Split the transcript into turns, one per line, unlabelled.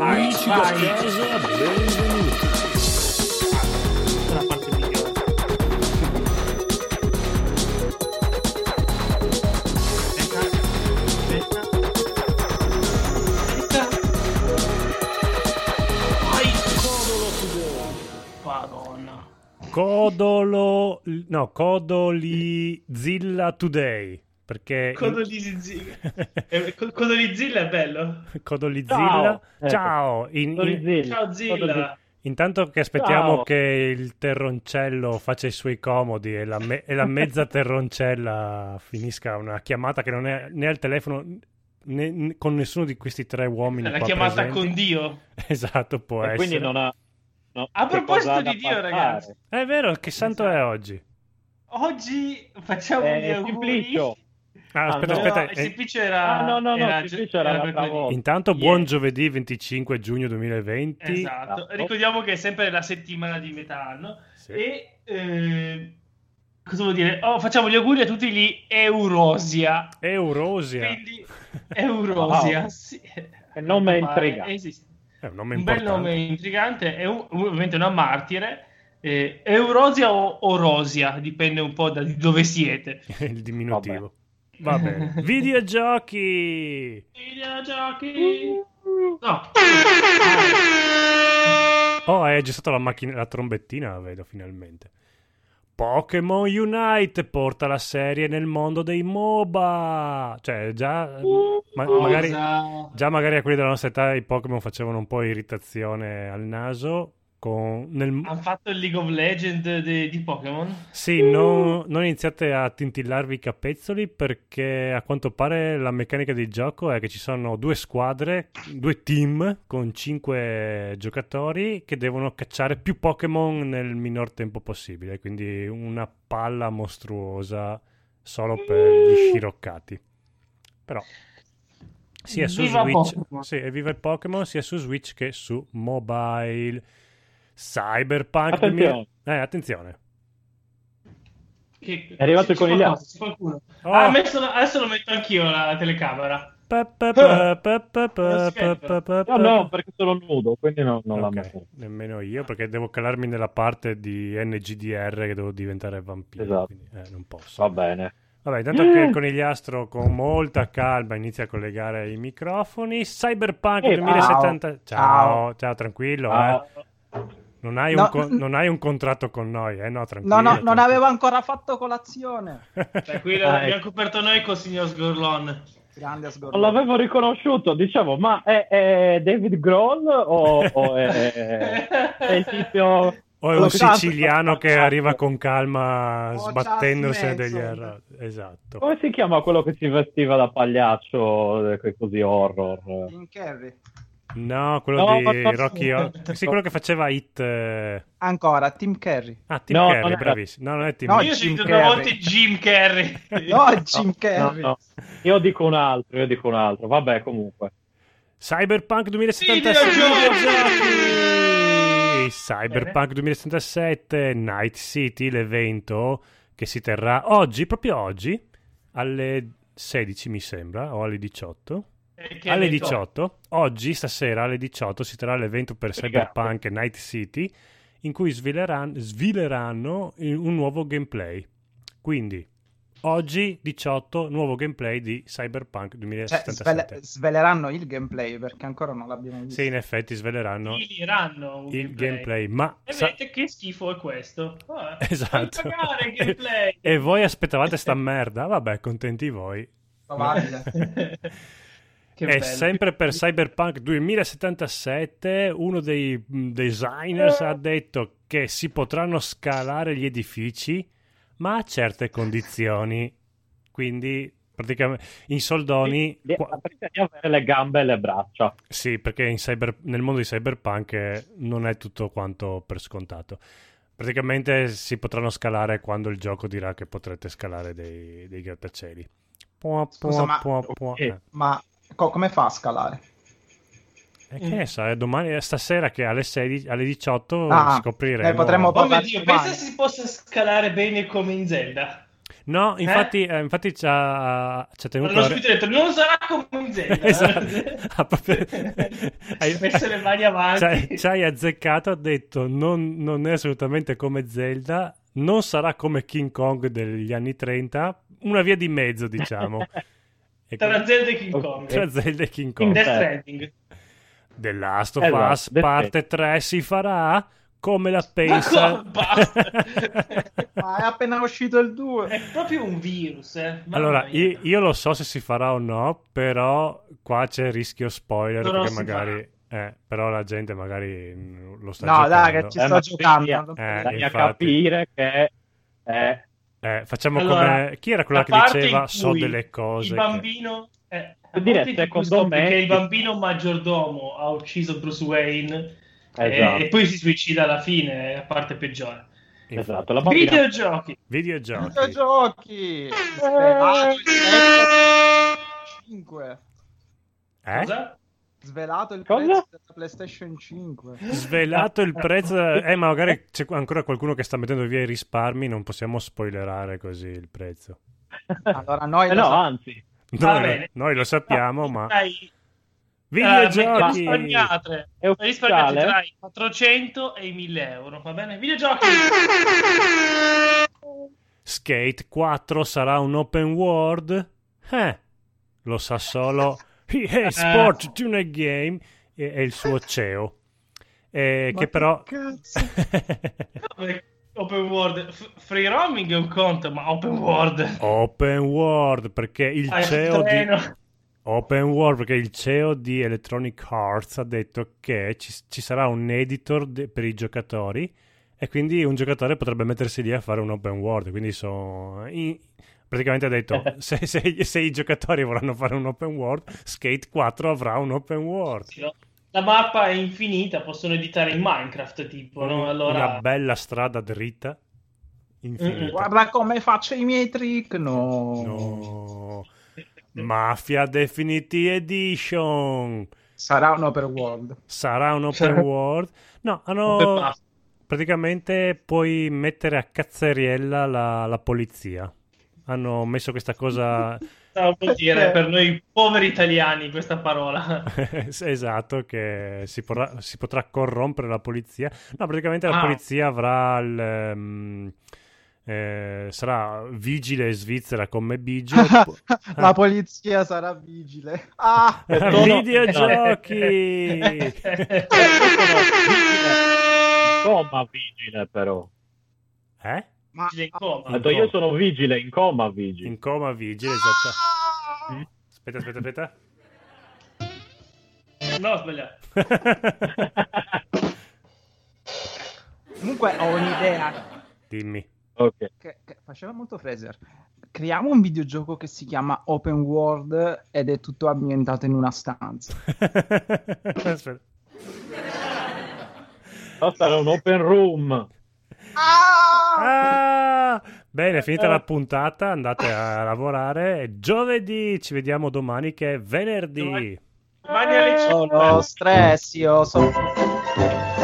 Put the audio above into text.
Amici da casa, benvenuti.
Ecco la parte migliore. Aspetta, aspetta. Aspetta. Vai, codolo tu. Madonna.
Codolo, no, Codolizilla Today. Perché
Cosa di Zilla? Eh, co- Cosa di Zilla è bello.
Codolizilla.
Ciao. Ecco.
Ciao. In- in-
Codolizilla.
Ciao Zilla.
intanto che aspettiamo
Ciao.
che il terroncello faccia i suoi comodi e la, me- e la mezza terroncella finisca una chiamata che non è né al telefono né- né- con nessuno di questi tre uomini.
La
qua
chiamata
presenti.
con Dio.
Esatto, può
E
essere.
quindi non ha. no,
A
che
proposito
cosa ha da
di Dio,
parlare.
ragazzi.
È vero, che santo è oggi?
Oggi facciamo
Eh,
gli auguri.
Simplicio.
Ah,
Ah,
aspetta,
no,
aspetta.
No,
eh,
Simplicio era...
Ah, no, no, no,
era-
Simplicio era
per
l'altra
quelli-
volta.
Intanto buon
Yeah.
giovedì 25 giugno 2020.
Esatto,
Esatto.
ricordiamo che è sempre la settimana di metà anno
Sì.
e eh, cosa vuol dire? Oh, facciamo gli auguri a tutti gli Eurosia.
Eurosia.
Quindi Eurosia,
Wow.
sì.
Che nome
Ma
intrigante.
esiste.
È un nome
Un bel
importante.
nome intrigante, è un- ovviamente una martire. eh, Eurosia o Orosia, dipende un po' da di dove siete.
Il diminutivo. Va bene. Videogiochi.
Videogiochi. No.
Oh, è già stata la, macchina- la trombettina, la vedo finalmente. Pokémon Unite porta la serie nel mondo dei MOBA. Cioè, già ma- magari
Cosa?
Già magari a quelli della nostra età i Pokémon facevano un po' irritazione al naso. Con... Nel...
Hanno fatto il League of Legends de- di Pokémon?
Sì, no- non iniziate a tintillarvi i capezzoli perché a quanto pare la meccanica del gioco è che ci sono due squadre, due team con cinque giocatori che devono cacciare più Pokémon nel minor tempo possibile. Quindi una palla mostruosa solo per gli
Mm.
sciroccati. Però sia su
Viva
Switch,
Pokémon.
sì, evviva il Pokémon sia su Switch che su mobile. Cyberpunk
Attenzione.
2000 Eh, attenzione.
Che-
È arrivato il
c'è
conigliato.
qualcosa, c'è qualcuno.
Oh,
Ah, messo la- adesso lo metto anch'io la telecamera.
pa, pa, pa, pa, pa,
Non
pa,
si vede,
pa, pa, pa,
Ah. No,
pa.
no, perché sono nudo, quindi no- non la
Ok,
metto.
nemmeno io perché devo calarmi nella parte di NGDR che devo diventare vampiro,
Esatto.
quindi, eh, non posso.
Va bene.
Vabbè, intanto che
Mm.
il conigliastro con molta calma inizia a collegare i microfoni, Cyberpunk
Eh,
2070. Ciao, ciao, tranquillo.
Ah,
eh. Non, hai un
No.
con- non hai un contratto con noi, eh? No, tranquillo.
No, no, non
tranquillo.
avevo ancora fatto colazione.
Tranquillo,
Ah,
l'abbiamo
ecco.
Cioè, coperto noi col signor Sgorlon.
Grande
non
sgorgo.
l'avevo riconosciuto, dicevo, ma è, è David Grohl o, o
Eh,
è, è il tizio...
O è
Lo
un
cazzo.
siciliano che arriva con calma
Oh,
sbattendosene
Charles
degli
Manson.
errori. Esatto.
Come si chiama quello che si vestiva da pagliaccio, eh, così horror?
Jim Carrey.
No, quello
No,
di
ma-
Rocky Horror. Sì, quello che faceva Hit. eh.
Ancora, Tim Carrey.
Ah, Tim
No, non
Carrey,
era-
bravissimo. No, non è Tim
No,
Carrey.
Io ho
Jim
sentito due
Carrey.
volte Jim Carrey.
No, Jim Carrey.
No, no. Io dico un altro, io dico un altro. Vabbè, comunque.
Cyberpunk 2077
Videogiochi!
Cyberpunk 2077 Night City l'evento che si terrà oggi proprio oggi alle 16 mi sembra o alle 18
Perché
alle
mi ricordo.
18 oggi stasera alle 18 si terrà l'evento per
Sbrigato.
Cyberpunk Night City in cui sveleran- svileranno il- un nuovo gameplay quindi oggi 18 nuovo gameplay di Cyberpunk
Cioè,
2077
svele- sveleranno il gameplay perché ancora non l'abbiamo visto.
sì, in effetti sveleranno
Finiranno un
il gameplay, ma...
E
sa-
vedete che schifo è questo. Ah,
Esatto.
fai pagare il gameplay.
E voi aspettavate sta merda? Vabbè, contenti voi.
Probabile.
Che
è
bello.
sempre per Cyberpunk 2077 uno dei mh, designers ha detto che si potranno scalare gli edifici, ma a certe condizioni. Quindi, praticamente, in soldoni...
Di-
qua-
la prima di avere le gambe e le braccia.
Sì, perché in cyber- nel mondo di cyberpunk eh, non è tutto quanto per scontato. Praticamente si potranno scalare quando il gioco dirà che potrete scalare dei, dei grattacieli. Pua, pua,
Scusa, ma-
pua, pua.
Eh.
Ma co- come fa a scalare?
Eh, che ne so, eh, domani, stasera che alle, 16 alle 18
Ah,
scopriremo.
noi potremmo-
Oh mio
Guardate,
Dio,
vai.
pensa si possa scalare bene come in Zelda.
No, infatti, eh, infatti ci, ha, ci ha tenuto...
Lo
a-
spirito ha detto, non sarà come in Zelda.
Esatto. Ha proprio-
Hai messo le mani avanti.
Ci hai- ci hai azzeccato, ha detto non, non è assolutamente come Zelda, non sarà come King Kong degli anni 30, una via di mezzo diciamo. E
Tra
quindi-
Zelda e King Kong.
tra Zelda e King
Death
Kong.
Zelda.
Stranding.
The Last of
Eh, guarda,
Us
Death
parte 3 si farà come la
Ma
pensa.
come? Basta.
Ma è appena uscito il 2.
È proprio un virus, eh. Mamma
allora,
mia.
io, io lo so se si farà o no, però qua c'è il rischio spoiler
Però
perché
si
magari... eh, però la gente magari mh, lo sta
No, dai,
giocando.
che ci
Eh,
sto
ma-
giocando.
Eh,
Dai a
infatti.
capire che eh,
Eh, facciamo
Allora,
come... Chi era
La
quella che
parte in
diceva so
cui
delle cose?
Il
che-"
bambino... eh, a
Dire,
volte ti
secondo
scopri
me-
Che il bambino maggiordomo ha ucciso Bruce Wayne eh,
esatto,
e poi si suicida alla fine, è la parte peggiore.
Infatti.
esatto, la bambina-
Videogiochi.
Videogiochi.
Esatto.
Videogiochi.
Eh.
5.
Eh?
Cosa?
Svelato il
Cosa? Eh.
prezzo della PlayStation 5.
Svelato il prezzo, eh, ma magari c'è ancora qualcuno che sta mettendo via i risparmi. Non possiamo spoilerare così il prezzo.
Allora noi
Eh,
lo
no,
sa-
anzi,
Noi,
Va bene. eh,
noi lo sappiamo, ma
Dai, eh,
videogiochi.
risparmiate.
è
Risparmiate
ufficiale.
tra i 400 e i 1000 euro, va bene? Videogiochi.
Skate 4 sarà un open world? Eh, lo sa solo EA Sport Tuner Game e, e il suo CEO. Eh,
Ma
che però.
cazzo?
Open world, F- free roaming è un conto, ma open world.
open world perché il
Hai il
CEO di.
treno.
Open World, perché il CEO di Electronic Arts ha detto che ci, ci sarà un editor de- per i giocatori e quindi un giocatore potrebbe mettersi lì a fare un open world. Quindi so- i- praticamente ha detto se, se- se i giocatori vorranno fare un open world, Skate 4 avrà un open world.
La mappa è infinita, possono editare in Minecraft, tipo, no? Allora,
Mm, Una bella strada dritta. Infinita.
Mm,
Guarda come faccio i miei trick. No.
No. Mafia Definitive Edition.
Sarà un open world.
Sarà un open world? No,
Open
hanno...
map.
praticamente puoi mettere a cazzeriella la, la polizia. Hanno messo questa cosa
cosa vuol dire per noi poveri italiani questa parola?
esatto che si, porrà- si potrà corrompere la polizia. No, praticamente la
Ah.
polizia avrà il... ehm, eh, sarà vigile svizzera come Bigio.
La polizia sarà vigile. Ah,
Sono-
Videogiochi!
coma vigile però.
Eh?
ma...
Vigile in coma.
Ha detto, io sono vigile, in coma vigile.
In coma vigile, esatto.
Ah!
Aspetta, aspetta, aspetta.
No, ho sbagliato.
Comunque ho un'idea
Dimmi.
Ok.
che, che faceva molto Fraser. Creiamo un videogioco che si chiama Open World ed è tutto ambientato in una stanza.
Aspetta.
No, sarà un open room.
Ah! Bene, finita la puntata, andate a lavorare. Giovedì, ci vediamo domani che è venerdì.
Oh,
Domani alle
Sono stress, io sono...